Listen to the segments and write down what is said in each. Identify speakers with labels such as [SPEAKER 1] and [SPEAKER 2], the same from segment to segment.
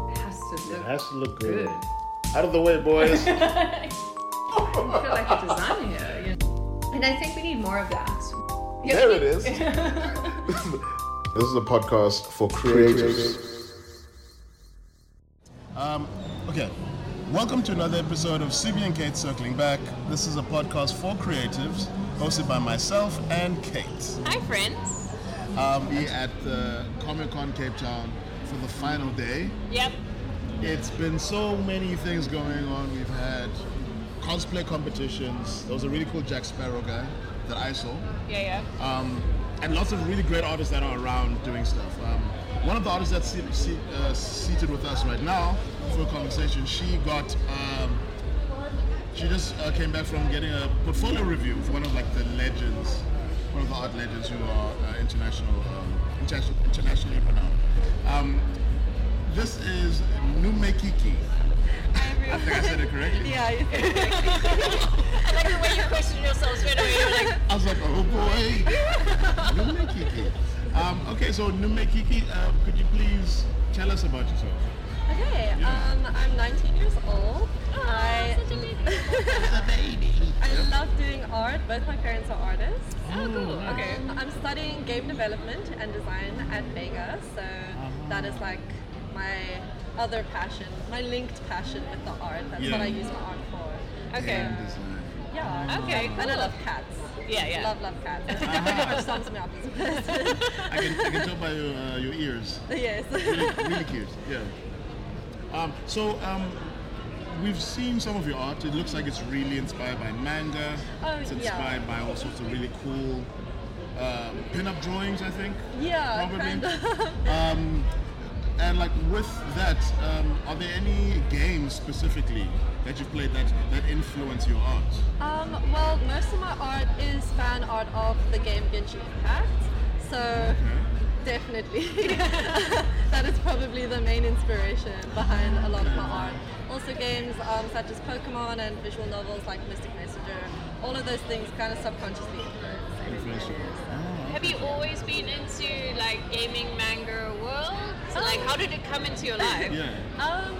[SPEAKER 1] to
[SPEAKER 2] It
[SPEAKER 1] look
[SPEAKER 2] has to look
[SPEAKER 1] good.
[SPEAKER 2] good. Out of the way, boys.
[SPEAKER 1] I feel like a designer here. You know? And I think we need more of that.
[SPEAKER 2] there it
[SPEAKER 1] is.
[SPEAKER 2] is. This is a podcast for creators. Um, okay. Welcome to another episode of CB and Kate Circling Back. This is a podcast for creatives, hosted by myself and Kate.
[SPEAKER 3] Hi, friends.
[SPEAKER 2] Um, we at the Comic Con Cape Town for the final day.
[SPEAKER 3] Yep.
[SPEAKER 2] It's been so many things going on. We've had cosplay competitions. There was a really cool Jack Sparrow guy that I saw.
[SPEAKER 3] Yeah, yeah.
[SPEAKER 2] um, and lots of really great artists that are around doing stuff. Um, one of the artists that's seat, seat, uh, seated with us right now for a conversation, she got, um, she just uh, came back from getting a portfolio review for one of like the legends, one of the art legends who are uh, international, um, international, internationally renowned. Um, this is Nume Kiki. I think I said it correctly.
[SPEAKER 3] I like the way you question yourself straight away. You're like,
[SPEAKER 2] I was like, oh boy, Nume Kiki. Um, okay, so Nume Kiki, uh, could you please tell us about yourself?
[SPEAKER 4] Okay,
[SPEAKER 2] Yeah.
[SPEAKER 4] um, I'm 19 years old. I,
[SPEAKER 3] Oh, such a baby.
[SPEAKER 2] A baby.
[SPEAKER 4] I love doing art. Both my parents are artists. Um,
[SPEAKER 2] Oh, cool.
[SPEAKER 4] Okay, I'm studying game development and design at Vega, so that is like my other passion, my linked passion with the art. That's what
[SPEAKER 2] Yeah.
[SPEAKER 4] I use my art for.
[SPEAKER 3] Okay.
[SPEAKER 4] Yeah.
[SPEAKER 3] Okay,
[SPEAKER 4] And I
[SPEAKER 3] cool.
[SPEAKER 4] love cats.
[SPEAKER 3] Yeah, yeah.
[SPEAKER 4] Love, love cats. I think that pretty much sums me up as a person.
[SPEAKER 2] I can, I can tell by your, uh, your ears.
[SPEAKER 4] yes.
[SPEAKER 2] Really, really cute, yeah. Um, so, um, we've seen some of your art. It looks like it's really inspired by manga.
[SPEAKER 4] Oh,
[SPEAKER 2] it's
[SPEAKER 4] yeah.
[SPEAKER 2] inspired by all sorts of really cool um, pin-up drawings, I think.
[SPEAKER 4] yeah,
[SPEAKER 2] Probably.
[SPEAKER 4] kind of.
[SPEAKER 2] Um, and like with that, um, are there any games specifically that you've played that that influence your art?
[SPEAKER 4] Um, well, most of my art is fan art of the game Genshin Impact, so
[SPEAKER 2] Mm-hmm.
[SPEAKER 4] definitely that is probably the main inspiration behind a lot of my art. Also, games um, such as Pokemon and visual novels like Mystic Messenger, all of those things kind of subconsciously influence everything
[SPEAKER 2] Influence
[SPEAKER 4] I
[SPEAKER 2] your
[SPEAKER 4] do.
[SPEAKER 2] art.
[SPEAKER 3] Have you always been into like gaming, manga world? So, like, how did it come into your life?
[SPEAKER 2] Yeah.
[SPEAKER 4] Um,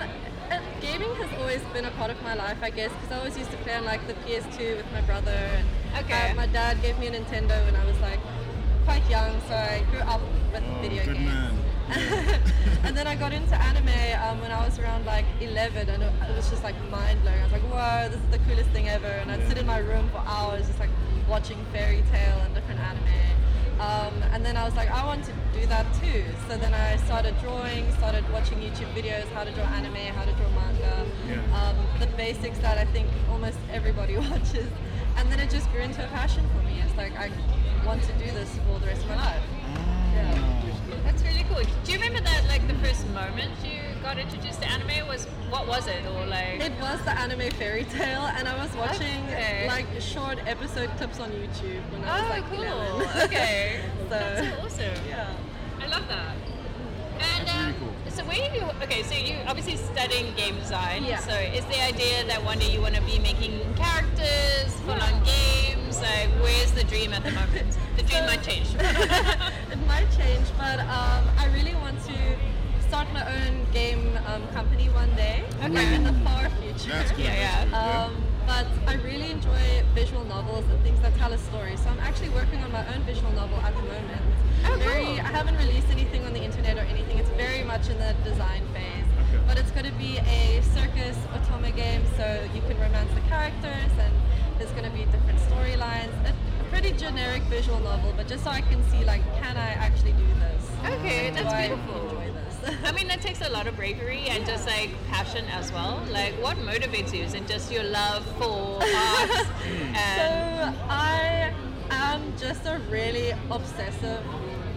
[SPEAKER 4] uh, gaming has always been a part of my life, I guess, because I always used to play on like the PS2 with my brother. And,
[SPEAKER 3] Okay.
[SPEAKER 4] uh, my dad gave me a Nintendo when I was like quite young, so I grew up with
[SPEAKER 2] Oh,
[SPEAKER 4] video
[SPEAKER 2] good
[SPEAKER 4] games.
[SPEAKER 2] man.
[SPEAKER 4] and then I got into anime um, when I was around like 11, and it it was just like mind blowing. I was like, whoa, this is the coolest thing ever. And I'd sit in my room for hours just like watching fairy tale and different anime. Um, and then I was like, I want to do that too. So then I started drawing, started watching YouTube videos, how to draw anime, how to draw manga,
[SPEAKER 2] Yeah.
[SPEAKER 4] um, the basics that I think almost everybody watches. And then it just grew into a passion for me. It's like, I want to do this for the rest of my life. Yeah.
[SPEAKER 3] That's really cool. Do you remember that, like, the first moment you got introduced to anime was what was it, or like?
[SPEAKER 4] It was the anime fairy tale, and I was watching
[SPEAKER 3] Okay.
[SPEAKER 4] like short episode clips on YouTube when I was
[SPEAKER 3] oh,
[SPEAKER 4] like
[SPEAKER 3] cool.
[SPEAKER 4] 11.
[SPEAKER 3] okay.
[SPEAKER 4] So-
[SPEAKER 3] That's so awesome.
[SPEAKER 4] yeah.
[SPEAKER 3] I love that. And
[SPEAKER 2] That's really
[SPEAKER 3] um,
[SPEAKER 2] cool.
[SPEAKER 3] so, where you okay? So you obviously studying game design.
[SPEAKER 4] Yeah.
[SPEAKER 3] So is the idea that one day you want to be making characters, full-on games? Like, where's the dream at the moment? The dream
[SPEAKER 4] So-
[SPEAKER 3] might change.
[SPEAKER 4] it might change, but um, I really want to start my own game um, company one day, like in the far future.
[SPEAKER 2] That's good.
[SPEAKER 3] Yeah, yeah.
[SPEAKER 2] that's good,
[SPEAKER 4] Um, but I really enjoy visual novels and things that tell a story. So I'm actually working on my own visual novel at the moment.
[SPEAKER 3] Oh,
[SPEAKER 4] very,
[SPEAKER 3] cool.
[SPEAKER 4] I haven't released anything on the internet or anything. It's very much in the design phase.
[SPEAKER 2] Okay.
[SPEAKER 4] But it's going to be a circus otome game, so you can romance the characters and there's going to be different storylines. A, a pretty generic visual novel, but just so I can see, like, can I actually do this?
[SPEAKER 3] Okay,
[SPEAKER 4] Do
[SPEAKER 3] that's
[SPEAKER 4] I
[SPEAKER 3] beautiful.
[SPEAKER 4] enjoy this?
[SPEAKER 3] I mean, that takes a lot of bravery and just like passion as well. Like, what motivates you? Is it just your love for art?
[SPEAKER 2] Hmm.
[SPEAKER 4] So
[SPEAKER 3] and,
[SPEAKER 4] I am just a really obsessive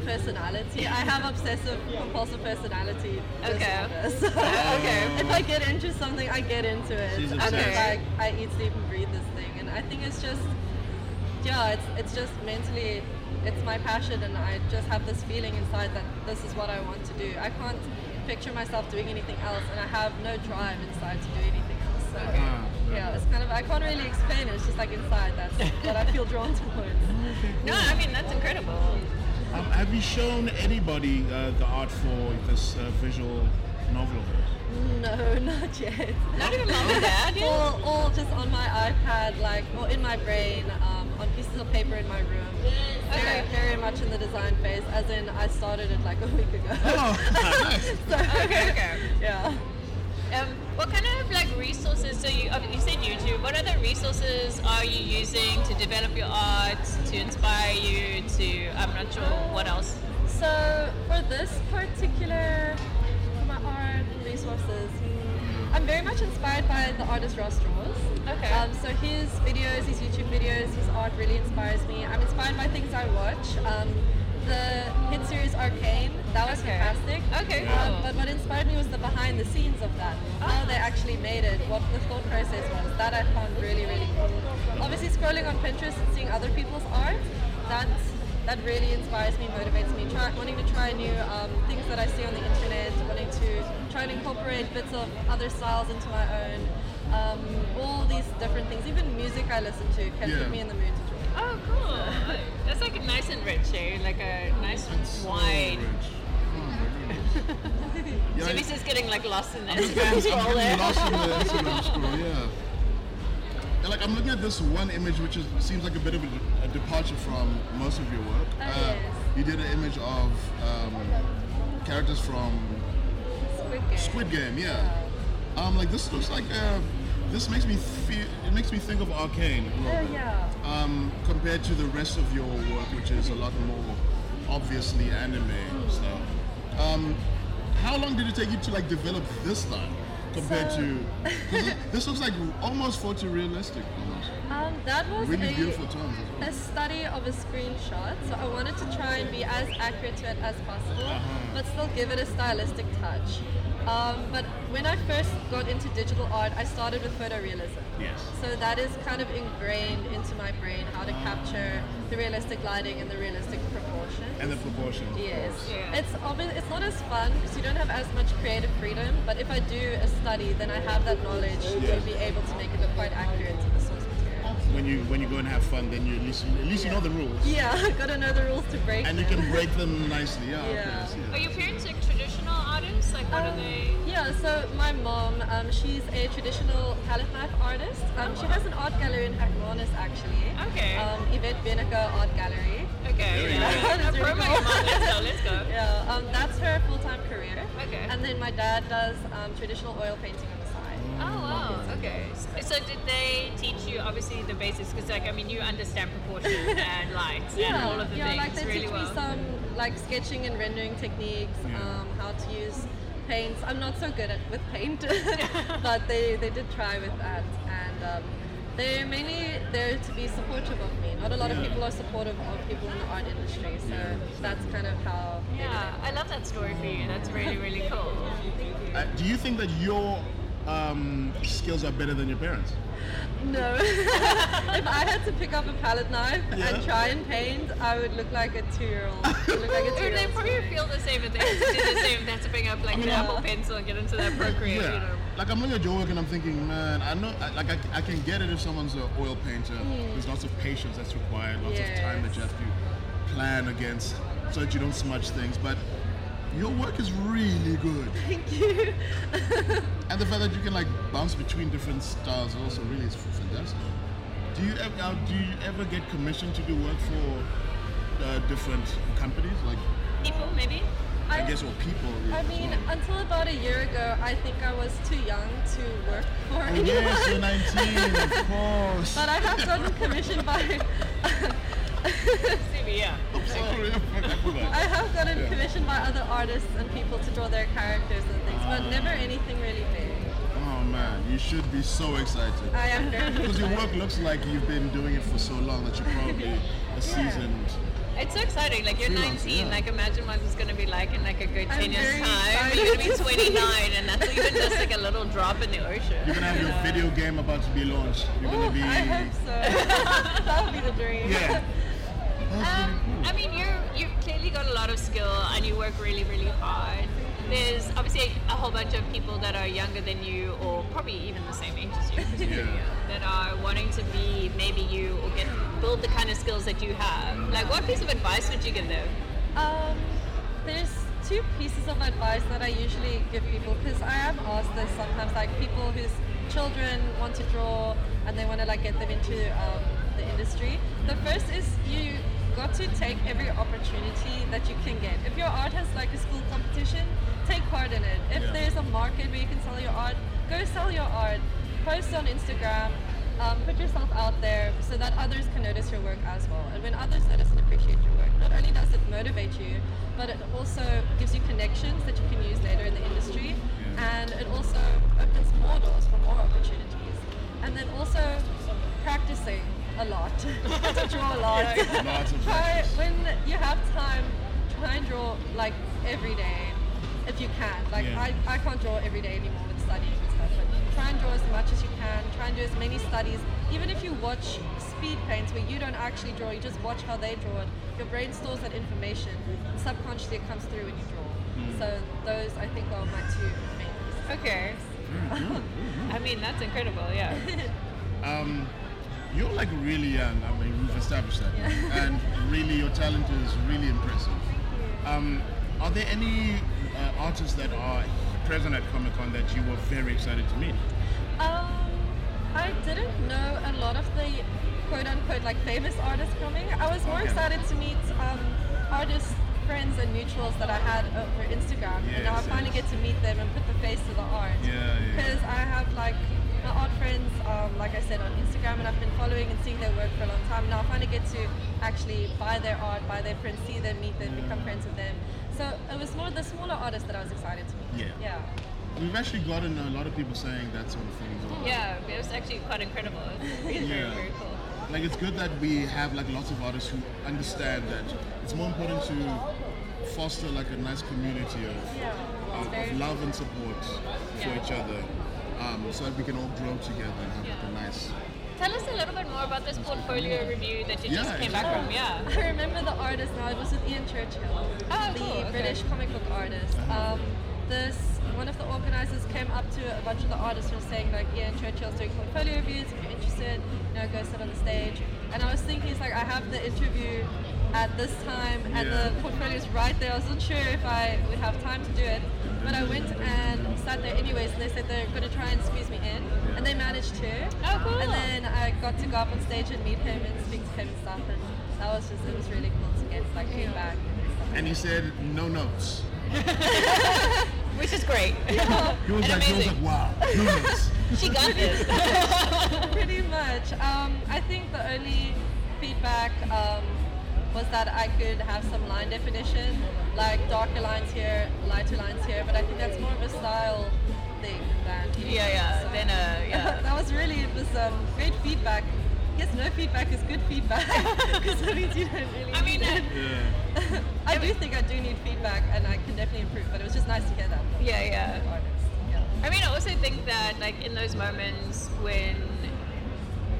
[SPEAKER 4] personality. I have obsessive compulsive personality.
[SPEAKER 3] Okay.
[SPEAKER 4] disorder. So
[SPEAKER 3] Okay.
[SPEAKER 4] If I get into something, I get into it.
[SPEAKER 2] She's
[SPEAKER 4] And
[SPEAKER 2] obsessed.
[SPEAKER 4] it's like I eat, sleep, and breathe this thing, and I think it's just yeah, it's it's just mentally. It's my passion, and I just have this feeling inside that this is what I want to do. I can't picture myself doing anything else, and I have no drive inside to do anything else. So,
[SPEAKER 2] Ah, yeah.
[SPEAKER 4] yeah, it's kind of I can't really explain it. It's just like inside that's that I feel drawn towards.
[SPEAKER 3] no, I mean that's incredible.
[SPEAKER 2] yeah. Um, have you shown anybody uh, the art for this uh, visual novel? of yours?
[SPEAKER 4] No, not yet.
[SPEAKER 3] Not even mom and dad. yeah?
[SPEAKER 4] All, all just on my iPad, like, or in my brain, um, on pieces of paper in my room. Very,
[SPEAKER 3] Okay.
[SPEAKER 4] very much in the design phase, as in I started it like a week ago.
[SPEAKER 2] Oh, nice.
[SPEAKER 4] so,
[SPEAKER 3] Okay, okay.
[SPEAKER 4] Yeah.
[SPEAKER 3] Um, what kind of like resources? So you, oh, you said YouTube. What other resources are you using to develop your art, to inspire you? To I'm not sure what else.
[SPEAKER 4] So for this particular for my art resources, hmm, I'm very much inspired by the artist Ross Draws.
[SPEAKER 3] Okay.
[SPEAKER 4] Um, so his videos, his YouTube videos, his art really inspires me. I'm inspired by things I watch. Um, the hit series Arcane, that was
[SPEAKER 3] Okay.
[SPEAKER 4] fantastic.
[SPEAKER 3] Okay,
[SPEAKER 4] Um,
[SPEAKER 3] cool.
[SPEAKER 4] but what inspired me was the behind the scenes of that. How they actually made it, what the thought process was. That I found really, really cool. Obviously scrolling on Pinterest and seeing other people's art, that that really inspires me, motivates me, try, wanting to try new um, things that I see on the internet, wanting to try and incorporate bits of other styles into my own. Um, all these different things, even music I listen to can
[SPEAKER 2] Yeah.
[SPEAKER 4] put me in the mood to draw.
[SPEAKER 3] Oh, cool. That's like nice and rich, eh? Like a nice
[SPEAKER 2] It's
[SPEAKER 3] wine.
[SPEAKER 2] So rich. Oh, my goodness. Yeah,
[SPEAKER 3] So this is getting like lost in the
[SPEAKER 2] I'm just getting-
[SPEAKER 3] Instagram
[SPEAKER 2] I'm
[SPEAKER 3] scroll
[SPEAKER 2] getting
[SPEAKER 3] there.
[SPEAKER 2] lost in the Instagram scroll, yeah. And like I'm looking at this one image, which is seems like a bit of a, de- a departure from most of your work. Uh,
[SPEAKER 4] Oh, yes.
[SPEAKER 2] You did an image of um, characters from
[SPEAKER 4] Squid Game.
[SPEAKER 2] Squid Game, yeah.
[SPEAKER 4] Oh.
[SPEAKER 2] Um, like this looks like uh, this makes me feel. It makes me think of Arcane a little
[SPEAKER 4] Oh,
[SPEAKER 2] bit.
[SPEAKER 4] yeah.
[SPEAKER 2] Um, compared to the rest of your work, which is a lot more obviously anime stuff. Um, how long did it take you to like develop this style compared
[SPEAKER 4] So-
[SPEAKER 2] to? 'cause this- this looks like almost photorealistic, almost.
[SPEAKER 4] Um, that was
[SPEAKER 2] Really
[SPEAKER 4] a-
[SPEAKER 2] beautiful times as well.
[SPEAKER 4] a study of a screenshot, so I wanted to try and be as accurate to it as possible,
[SPEAKER 2] Uh-huh.
[SPEAKER 4] but still give it a stylistic touch. Um, but when I first got into digital art, I started with photorealism.
[SPEAKER 2] Yes.
[SPEAKER 4] So that is kind of ingrained into my brain how to
[SPEAKER 2] Uh-huh.
[SPEAKER 4] capture the realistic lighting and the realistic proportions.
[SPEAKER 2] And the proportion. of
[SPEAKER 4] Yes.
[SPEAKER 2] course.
[SPEAKER 3] Yeah.
[SPEAKER 4] It's obvi- it's not as fun because you don't have as much creative freedom. But if I do a study, then I have that knowledge
[SPEAKER 2] Yeah.
[SPEAKER 4] to be able to make it look quite accurate to the source material.
[SPEAKER 2] When you when you go and have fun, then you at least at least you know the rules,
[SPEAKER 4] Yeah, gotta know the rules to break.
[SPEAKER 2] and you
[SPEAKER 4] them.
[SPEAKER 2] can break them nicely. Yeah. okay,
[SPEAKER 4] Yeah.
[SPEAKER 2] I see it.
[SPEAKER 3] Are your parents like traditional artists? Like what are
[SPEAKER 4] Um,
[SPEAKER 3] they?
[SPEAKER 4] Yeah, so my mom, um, she's a traditional palette knife artist. Um, she has an art gallery in Akronis actually.
[SPEAKER 3] Okay.
[SPEAKER 4] Um, Yvette Beneker Art Gallery.
[SPEAKER 2] There
[SPEAKER 3] Okay.
[SPEAKER 2] we
[SPEAKER 4] go.
[SPEAKER 3] Yeah.
[SPEAKER 4] That's really
[SPEAKER 3] Promo
[SPEAKER 4] cool.
[SPEAKER 3] your mom. Let's go. Let's go.
[SPEAKER 4] Yeah, um, that's her full time career.
[SPEAKER 3] Okay.
[SPEAKER 4] And then my dad does um, traditional oil painting on the side.
[SPEAKER 3] Oh wow. Okay. So did they teach you obviously the basics? Because like I mean, you understand proportion and light and all of the
[SPEAKER 4] yeah,
[SPEAKER 3] things
[SPEAKER 4] like they
[SPEAKER 3] really
[SPEAKER 4] teach
[SPEAKER 3] well.
[SPEAKER 4] me some like sketching and rendering techniques,
[SPEAKER 2] Yeah.
[SPEAKER 4] um, how to use paints. I'm not so good at with paint, but they, they did try with that, and um, they're mainly there to be supportive of me. Not a lot
[SPEAKER 2] Yeah.
[SPEAKER 4] of people are supportive of people in the art industry, so
[SPEAKER 2] Yeah.
[SPEAKER 4] that's kind of how. they did
[SPEAKER 3] yeah, I love that story for you. That's really really cool.
[SPEAKER 2] Uh, do you think that your um, skills are better than your parents?
[SPEAKER 4] it. No, if I had to pick up a palette knife
[SPEAKER 2] Yeah.
[SPEAKER 4] and try and paint, I would look like a two-year-old. I would look like a
[SPEAKER 3] Or they
[SPEAKER 4] two-year-old.
[SPEAKER 3] probably feel the same if they had to do the same. if They had to pick up like the
[SPEAKER 2] mean,
[SPEAKER 3] apple
[SPEAKER 4] uh,
[SPEAKER 3] pencil and get into that procreate. You know.
[SPEAKER 2] Like I'm looking at your work and I'm thinking, man, I know, I, like I, I can get it if someone's an oil painter. There's lots of patience that's required, lots of time that you have to plan against so that you don't smudge things. But your work is really good,
[SPEAKER 4] Thank you.
[SPEAKER 2] and the fact that you can like bounce between different styles also really is fantastic. Do you ever now, do you ever get commissioned to do work for uh, different companies, like
[SPEAKER 3] People maybe.
[SPEAKER 2] I,
[SPEAKER 4] I-
[SPEAKER 2] guess or people? yeah,
[SPEAKER 4] I
[SPEAKER 2] as
[SPEAKER 4] mean,
[SPEAKER 2] well?
[SPEAKER 4] until about a year ago, I think I was too young to work for
[SPEAKER 2] Oh,
[SPEAKER 4] anyone.
[SPEAKER 2] yes, you're 19, of course.
[SPEAKER 4] But I have gotten commissioned by,
[SPEAKER 3] Maybe yeah.
[SPEAKER 2] Sorry, I
[SPEAKER 4] I
[SPEAKER 2] forgot.
[SPEAKER 4] have gotten
[SPEAKER 2] Yeah.
[SPEAKER 4] commissioned by other artists and people to draw their characters and things, but never anything really big.
[SPEAKER 2] Oh man, you should be so excited.
[SPEAKER 4] I am very.
[SPEAKER 2] Because your work looks like you've been doing it for so long that you're probably a seasoned.
[SPEAKER 3] It's so exciting. Like you're
[SPEAKER 2] Freelance,
[SPEAKER 3] 19.
[SPEAKER 2] yeah.
[SPEAKER 3] Like imagine what it's gonna be like in like a good
[SPEAKER 4] I'm
[SPEAKER 3] 10 years
[SPEAKER 4] very
[SPEAKER 3] time.
[SPEAKER 4] excited.
[SPEAKER 3] You're gonna be 29, and that's even just like a little drop in the ocean.
[SPEAKER 2] You're gonna have your video game about to be launched. You're
[SPEAKER 4] Oh,
[SPEAKER 2] gonna be.
[SPEAKER 4] I hope so. that would be the dream.
[SPEAKER 2] Yeah. That's really
[SPEAKER 3] Um,
[SPEAKER 2] cool.
[SPEAKER 3] I mean, you you've clearly got a lot of skill and you work really, really hard. There's obviously a whole bunch of people that are younger than you, or probably even the same age as you, presumably,
[SPEAKER 2] Yeah.
[SPEAKER 3] that are wanting to be maybe you or get build the kind of skills that you have. Like, what piece of advice would you give them?
[SPEAKER 4] Um, there's two pieces of advice that I usually give people because I am asked this sometimes, like people whose children want to draw and they want to like get them into um, the industry. The first is you got to take every opportunity that you can get. If your art has like a school competition, take part in it. If
[SPEAKER 2] Yeah.
[SPEAKER 4] there's a market where you can sell your art, go sell your art. Post on Instagram. Um, put yourself out there so that others can notice your work as well. And when others notice and appreciate your work, not only does it motivate you, but it also gives you connections that you can use later in the industry. And it also opens more doors for more opportunities. And then also practicing a lot. to draw a lot.
[SPEAKER 2] Lots of
[SPEAKER 4] Try-
[SPEAKER 2] practice.
[SPEAKER 4] when you have time, try and draw like every day if you can. Like
[SPEAKER 2] Yeah.
[SPEAKER 4] I, I can't draw every day anymore with studying and stuff. But try and draw as much as you can. Try and do as many studies. Even if you watch speed paints where you don't actually draw, you just watch how they draw it. Your brain stores that information, and subconsciously it comes through when you draw. So those I think are my two main. pieces.
[SPEAKER 3] Okay. I mean, that's incredible. Yeah.
[SPEAKER 2] um, you're like really young. I mean, we've established that, and really, your talent is really impressive. Um, are there any uh, artists that are present at Comic Con that you were very excited to meet?
[SPEAKER 4] Um, I didn't know a lot of the quote unquote like famous artists coming. I was more
[SPEAKER 2] Okay.
[SPEAKER 4] excited to meet um, artists, friends, and mutuals that I had over Instagram, and now I
[SPEAKER 2] Yes,
[SPEAKER 4] finally
[SPEAKER 2] yes.
[SPEAKER 4] get to meet them and put the face to the art.
[SPEAKER 2] Yeah, yeah.
[SPEAKER 4] Because I have like my art friends, um, like I said on Instagram, and I've been following and seeing their work for a long time. Now I finally get to actually buy their art, buy their friends, see them, meet them, become friends with them. So it was more the smaller artists that I was excited to meet.
[SPEAKER 2] Yeah.
[SPEAKER 4] Yeah.
[SPEAKER 2] We've actually gotten a lot of people saying that sort of thing. as well.
[SPEAKER 3] Yeah, it was actually quite incredible. It's really very,
[SPEAKER 2] Yeah.
[SPEAKER 3] very cool.
[SPEAKER 2] like it's good that we have like lots of artists who understand that it's more important to foster like a nice community of,
[SPEAKER 4] Yeah.
[SPEAKER 2] of,
[SPEAKER 4] very
[SPEAKER 2] of love and support
[SPEAKER 3] Yeah.
[SPEAKER 2] for each other um, so that we can all grow together and have like, a nice
[SPEAKER 3] Tell us a little bit more about this portfolio review that you
[SPEAKER 2] Yeah,
[SPEAKER 3] just came
[SPEAKER 2] exactly.
[SPEAKER 3] back from. Yeah.
[SPEAKER 4] I remember the artist now. It was with Ian Churchill,
[SPEAKER 3] Oh,
[SPEAKER 4] the
[SPEAKER 3] cool, okay.
[SPEAKER 4] British comic book artist. Um, this one of the organizers came up to a bunch of the artists and was saying like, Ian Churchill's doing portfolio reviews. If you're interested, you know, go sit on the stage. And I was thinking, it's like I have the interview at this time, and
[SPEAKER 2] Yeah.
[SPEAKER 4] the portfolio is right there. I wasn't sure if I would have time to do it, but I went and sat there anyways. And they said they're going to try and squeeze me in, and they managed to.
[SPEAKER 3] Oh, cool.
[SPEAKER 4] And then I got to go up on stage and meet him and speak to him and stuff, and that was just it was really cool to get like feedback.
[SPEAKER 2] and he said no notes
[SPEAKER 3] Which is great.
[SPEAKER 2] he was
[SPEAKER 3] And
[SPEAKER 2] like he was like
[SPEAKER 3] amazing.
[SPEAKER 2] wow no notes
[SPEAKER 3] she got this.
[SPEAKER 4] Pretty much. Um, I think the only feedback um, was that I could have some line definition, like darker lines here, lighter lines here, but I think that's more of a style thing than
[SPEAKER 3] Yeah, yeah,
[SPEAKER 4] So-
[SPEAKER 3] then, uh, yeah.
[SPEAKER 4] that was really it was um, great feedback. Yes, no feedback is good feedback because that means you don't really.
[SPEAKER 3] I mean,
[SPEAKER 4] need it.
[SPEAKER 3] uh,
[SPEAKER 2] yeah
[SPEAKER 4] I do think I do need feedback and I can definitely improve, but it was just nice to hear that. from
[SPEAKER 3] Yeah, yeah.
[SPEAKER 4] the artist. Yeah.
[SPEAKER 3] I mean, I also think that like in those moments when,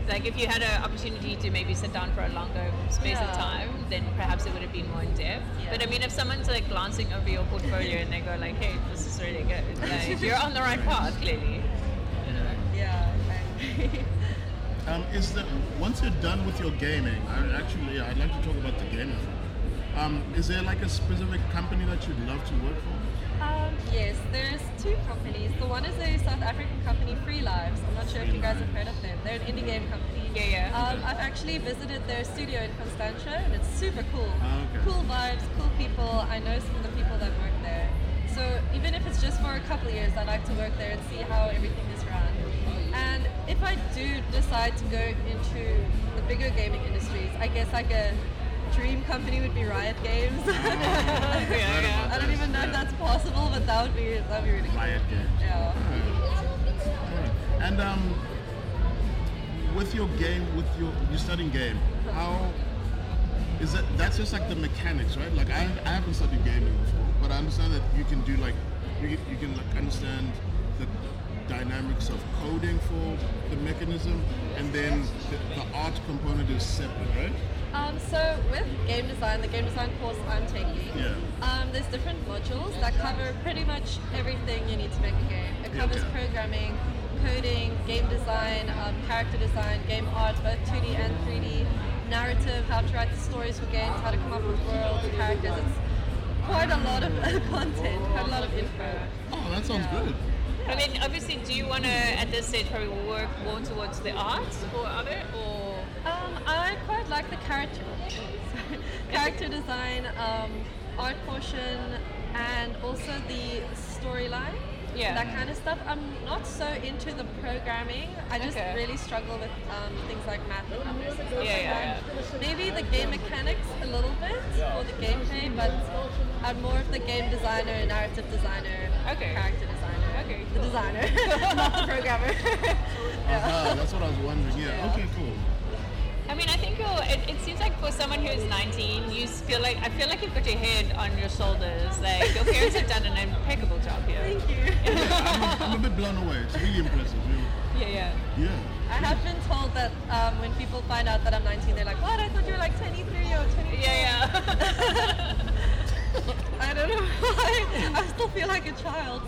[SPEAKER 3] like, if you had an opportunity to maybe sit down for a longer space
[SPEAKER 4] Yeah.
[SPEAKER 3] of time, then perhaps it would have been more in depth.
[SPEAKER 4] Yeah.
[SPEAKER 3] But I mean, if someone's like glancing over your portfolio and they go like, "Hey, this is really good," like, you're on the right path, clearly.
[SPEAKER 4] Yeah, okay.
[SPEAKER 2] Um, is that once you're done with your gaming? I actually, I'd like to talk about the gaming. Um, is there like a specific company that you'd love to work for?
[SPEAKER 4] um, yes, there's two companies. The one is a South African company, Free Lives. I'm not sure if you guys have heard of them. They're an indie game company.
[SPEAKER 3] Yeah, yeah.
[SPEAKER 4] Um, I've actually visited their studio in Constantia and it's super cool.
[SPEAKER 3] Oh,
[SPEAKER 2] Ah, okay.
[SPEAKER 4] Cool vibes, cool people. I know some of the people that work there. So even if it's just for a couple of years, I like to work there and see how everything is run. And if I do decide to go into the bigger gaming industries, I guess like a dream company would be Riot Games.
[SPEAKER 3] yeah, yeah.
[SPEAKER 4] I don't even know if that's possible, but that would be that would be really cool.
[SPEAKER 2] Riot Games.
[SPEAKER 4] Yeah.
[SPEAKER 2] Alright. And um, with your game, with your you studying game, how is that? That's just like the mechanics, right? Like I, I haven't studied gaming before, but I understand that you can do like you, can- you can like understand the dynamics of coding for the mechanism, and then the, the art component is separate, right?
[SPEAKER 4] Um, so with game design, the game design course I'm taking,
[SPEAKER 2] Yeah.
[SPEAKER 4] um, there's different modules that cover pretty much everything you need to make a game. It
[SPEAKER 2] Yeah,
[SPEAKER 4] covers
[SPEAKER 2] yeah.
[SPEAKER 4] programming, coding, game design, um, character design, game art, both 2D and 3D, narrative, how to write the stories for games, how to come up with worlds, characters. It's quite a lot of content, quite a lot of info.
[SPEAKER 2] Oh, that sounds good.
[SPEAKER 3] I mean, obviously, do you want to at this stage probably work more towards the art or of it, or
[SPEAKER 4] Um, I quite like the character character design, um, art portion, and also the storyline.
[SPEAKER 3] Yeah.
[SPEAKER 4] That kind of stuff. I'm not so into the programming. I just
[SPEAKER 3] Okay.
[SPEAKER 4] really struggle with um, things like math and numbers and stuff
[SPEAKER 3] Yeah,
[SPEAKER 4] like
[SPEAKER 3] yeah,
[SPEAKER 4] that. Maybe the game mechanics a little bit for the gameplay, but I'm more of the game designer, narrative designer,
[SPEAKER 3] Okay.
[SPEAKER 4] character designer.
[SPEAKER 3] Okay,
[SPEAKER 4] The
[SPEAKER 3] cool.
[SPEAKER 4] designer, not the programmer. yeah.
[SPEAKER 2] Ah, that's what I was wondering. Yeah. Okay. Cool.
[SPEAKER 3] I mean, I think you're, it, it seems like for someone who is 19, you s- feel like I feel like you've got your head on your shoulders. Like your parents have done an impeccable job here.
[SPEAKER 4] Thank you.
[SPEAKER 2] I'm, I'm a bit blown away. It's really impressive. really.
[SPEAKER 3] Yeah, yeah.
[SPEAKER 2] Yeah.
[SPEAKER 4] I have been told that um, when people find out that I'm 19, they're like, "What? I thought you were like 23 or 24."
[SPEAKER 3] Yeah, yeah.
[SPEAKER 4] I don't know why. I still feel like a child.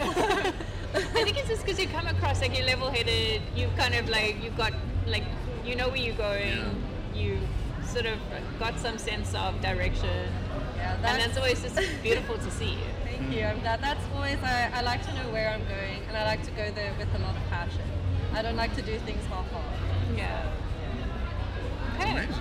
[SPEAKER 3] I think it's just because you come across like you're level-headed. You've kind of like you've got like you know where you're going. You've sort of got some sense of direction,
[SPEAKER 4] yeah,
[SPEAKER 3] and that's always just beautiful to see.
[SPEAKER 4] Thank you. I'm glad. That's always. I, I like to know where I'm going, and I like to go there with a lot of passion. I don't like to do things half-half.
[SPEAKER 3] Yeah. Okay.
[SPEAKER 2] Amazing.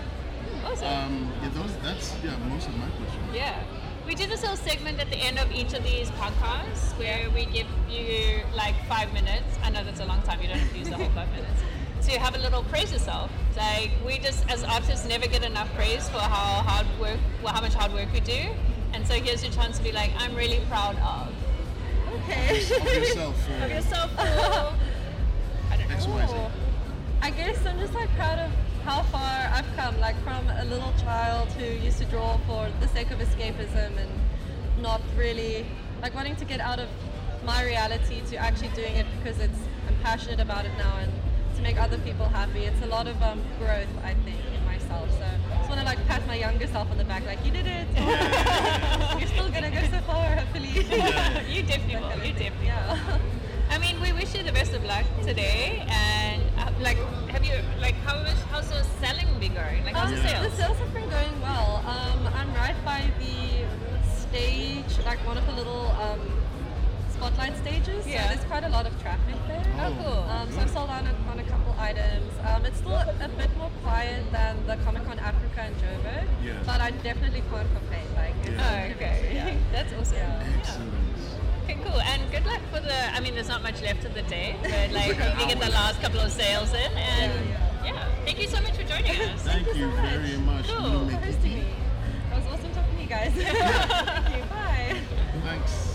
[SPEAKER 3] Awesome.
[SPEAKER 2] Um, yeah, those, that's yeah, most of my questions.
[SPEAKER 3] Yeah. We do this little segment at the end of each of these podcasts where we give you like five minutes. I know that's a long time, you don't have to use the whole five minutes. To have a little praise yourself. Like we just as artists never get enough praise for how hard work well, how much hard work we do. And so here's your chance to be like, I'm really proud of.
[SPEAKER 4] Okay.
[SPEAKER 2] Of yourself for
[SPEAKER 3] Of yourself for I don't know.
[SPEAKER 2] X, Y, Z.
[SPEAKER 4] Oh, I guess I'm just like proud of how far I've come, like from a little child who used to draw for the sake of escapism and not really like wanting to get out of my reality to actually doing it because it's I'm passionate about it now and to make other people happy. It's a lot of um, growth I think in myself. So I just want to like pat my younger self on the back, like you did it. You're still gonna go so far, hopefully.
[SPEAKER 3] you definitely will, you definitely will.
[SPEAKER 4] yeah.
[SPEAKER 3] I mean, we wish you the best of luck today, and uh, like, have you like how is how's the selling been going? Like, how's
[SPEAKER 4] Um,
[SPEAKER 3] the sales?
[SPEAKER 4] The sales have been going well. Um, I'm right by the stage, like one of the little um, spotlight stages.
[SPEAKER 3] Yeah.
[SPEAKER 4] So there's quite a lot of traffic there.
[SPEAKER 3] Oh, cool.
[SPEAKER 4] Um, so I've sold on a, on a couple items. Um, it's still a, a bit more quiet than the Comic Con Africa in Joburg,
[SPEAKER 2] Yeah.
[SPEAKER 4] but I definitely can't complain. Like, it's
[SPEAKER 3] Oh, okay, yeah. that's awesome.
[SPEAKER 4] Yeah.
[SPEAKER 2] Excellent.
[SPEAKER 3] Okay, cool. And good luck for the. I mean, there's not much left of the day, but like, hope you get the last couple of sales in. And yeah, thank you so much for joining us.
[SPEAKER 2] Thank, you,
[SPEAKER 4] so much.
[SPEAKER 2] very much.
[SPEAKER 3] Cool.
[SPEAKER 2] Lume
[SPEAKER 4] for hosting
[SPEAKER 2] Kiki.
[SPEAKER 4] me. It was awesome talking to you guys. Thank you. Bye.
[SPEAKER 2] Thanks.